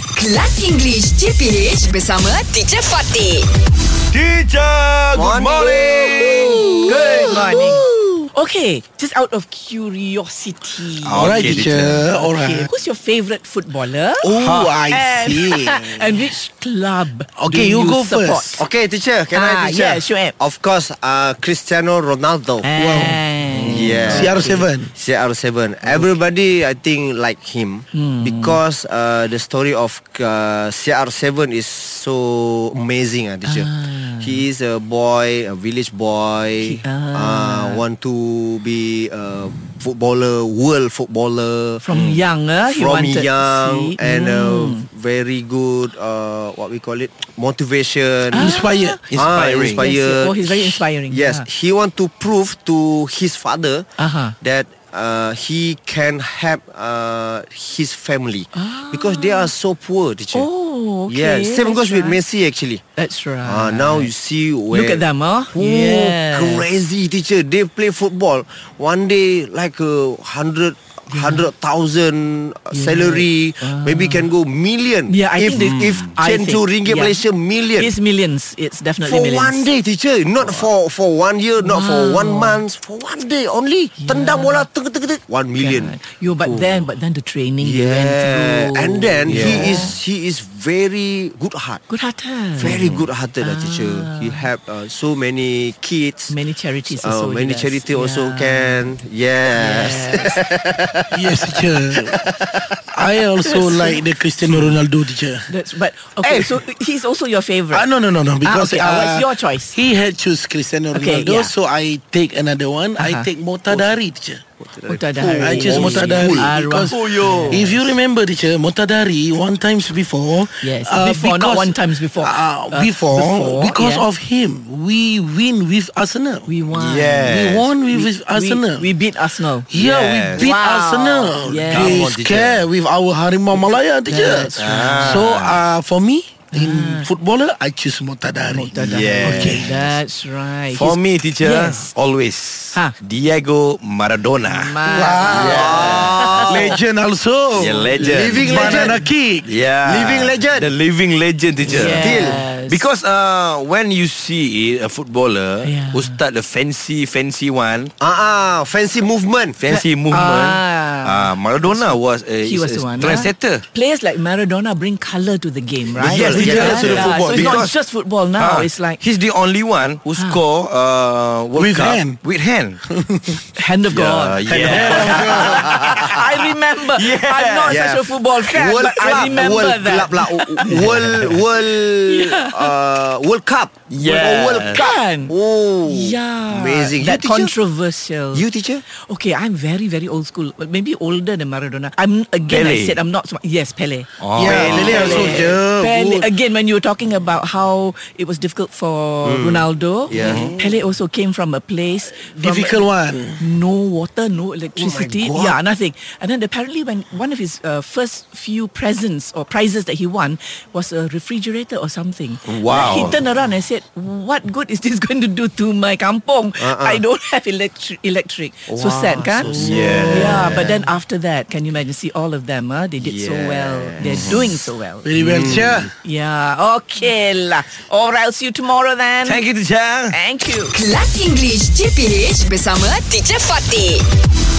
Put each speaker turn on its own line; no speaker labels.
Kelas English CPH bersama Teacher Fatih.
Teacher, good morning.
Good morning. Okay, just out of curiosity.
Oh,
Alright,
Okay,
teacher.
teacher.
Alright.
Who's your favorite footballer?
Oh, I
and,
see.
and which club?
Okay,
do
you
you
go
support?
first.
Okay, teacher, can
Ah,
I teacher?
yeah, sure. Eh.
Of course, uh, Cristiano Ronaldo.
And-
Yeah.
CR7.
CR7. Everybody, I think, like him
Hmm.
because uh, the story of uh, CR7 is so amazing, ah, teacher. He is a boy, a village boy,
He-
uh,
ah.
want to be a footballer, world footballer. Hmm.
From young, uh, he
from
wanted
young
to see.
and
Mm.
uh, very good uh, what we call it motivation
Inspired.
Ah, inspired.
Yes, oh, he's very inspiring.
yes
Yeah.
he want to prove to his father
Uh-huh.
that uh, he can help uh, his family because they are so poor teacher
Ah. Oh, okay.
yes same
that's
goes with
right.
Messi actually
That's right.
Ah, now you see where
Look at them, huh?
Oh,
Yes.
crazy teacher. They play football. One day like a hundred, hundred thousand uh, salary. Maybe can go million.
Ah. Yeah, I
if
think
if
they- I
change to
think,
ringgit
yeah.
Malaysia million.
It's millions. It's definitely
for
millions.
one day teacher Not for for one year Not for
Wow.
one month For one day only Tendang bola teng, teng, teng. One million
Yeah. You but then but then the training you went
Yeah
through.
And then He
Yeah.
is He is very Good heart
good hearted.
Very good hearted ah. teacher He help uh, so many kids
many charities
Uh,
also. he
many
does.
charity also
Yeah.
can. Yes.
Yes.
yes, teacher. I also like the Cristiano Ronaldo teacher.
That's but okay.
Eh.
So he's also your favorite.
Ah, no, no, no, no. Because uh,
okay, ah, what's your choice?
He had choose Cristiano
Okay,
Ronaldo,
yeah.
so I take another one.
Uh-huh.
I take Motadari, teacher.
Motadari.
I choose
Oh,
Motadari
Arwah.
because
Oh, yo.
if you remember, teacher, Motadari one times before.
Yes, before, not one times before.
uh,
Uh,
before,
before,
because
yeah.
of him, we win with Arsenal.
We won.
Yeah.
We won with, with
We-
Arsenal.
We, beat Arsenal.
Yeah,
Yes.
we beat
Wow.
Arsenal.
Come
Yes.
They
on, teacher.
scare with our Harimau Malaya teacher.
That's right.
So uh, for me, in footballer, I choose Motadari.
Motadari.
Yes.
Okay.
That's right.
For
He's-
me, teacher,
Yes.
always
Ha.
Diego Maradona.
Ma- Ah.
Legend also.
Yeah, legend.
Living
Banana
legend.
kick.
yeah,
Living legend.
the living legend, teacher.
Yes. Still.
because uh, when you see a footballer
Yeah.
who start the fancy, fancy one,
Ah, ah, fancy movement.
fancy movement, uh,
Ah.
Maradona was a,
He
is
was
a
the one.
trendsetter.
huh? Players like Maradona bring color to the game, right?
Yes,
Yes,
yes, yes.
to the
Yeah,
football.
So it's not
Because-
just football now.
Ah,
Oh, It's like Ah.
he's the only one who score uh, World
With
Cup
hand.
with hand.
hand of
Yeah,
God.
yeah.
I remember. I'm not
Yeah.
such a football fan, but I remember
World
that.
Club lah. World World uh, World Cup.
Yeah.
World Cup.
Kan?
Oh,
Yeah,
amazing.
That
you teacher?
controversial.
You teacher?
Okay, I'm very, very old school. But maybe older than Maradona. I'm again. I
Pele.
said I'm not. sm- Yes, Pele.
Oh.
Yeah, Lele also. Yeah,
Pele.
good.
Again, when you were talking about how it was difficult for Ronaldo,
Yeah.
Pele also came from a place from-
Difficult one.
No water, no electricity.
God.
yeah, nothing. And then apparently, when one of his uh, first few presents or prizes that he won was a refrigerator or something.
Wow.
He turned around and said, "What good is this going to do to my kampong? I don't have electric. Electric. Uh-uh. So sad, kan?
sad.
Yeah. But then after that, can you imagine? See all of them. Huh? They did so well. They're doing so well.
Very well, teacher.
Yeah. Okay lah. Or I'll see you tomorrow then.
Thank you, teacher.
Thank you.
Kelas English CPH bersama Teacher Fatih.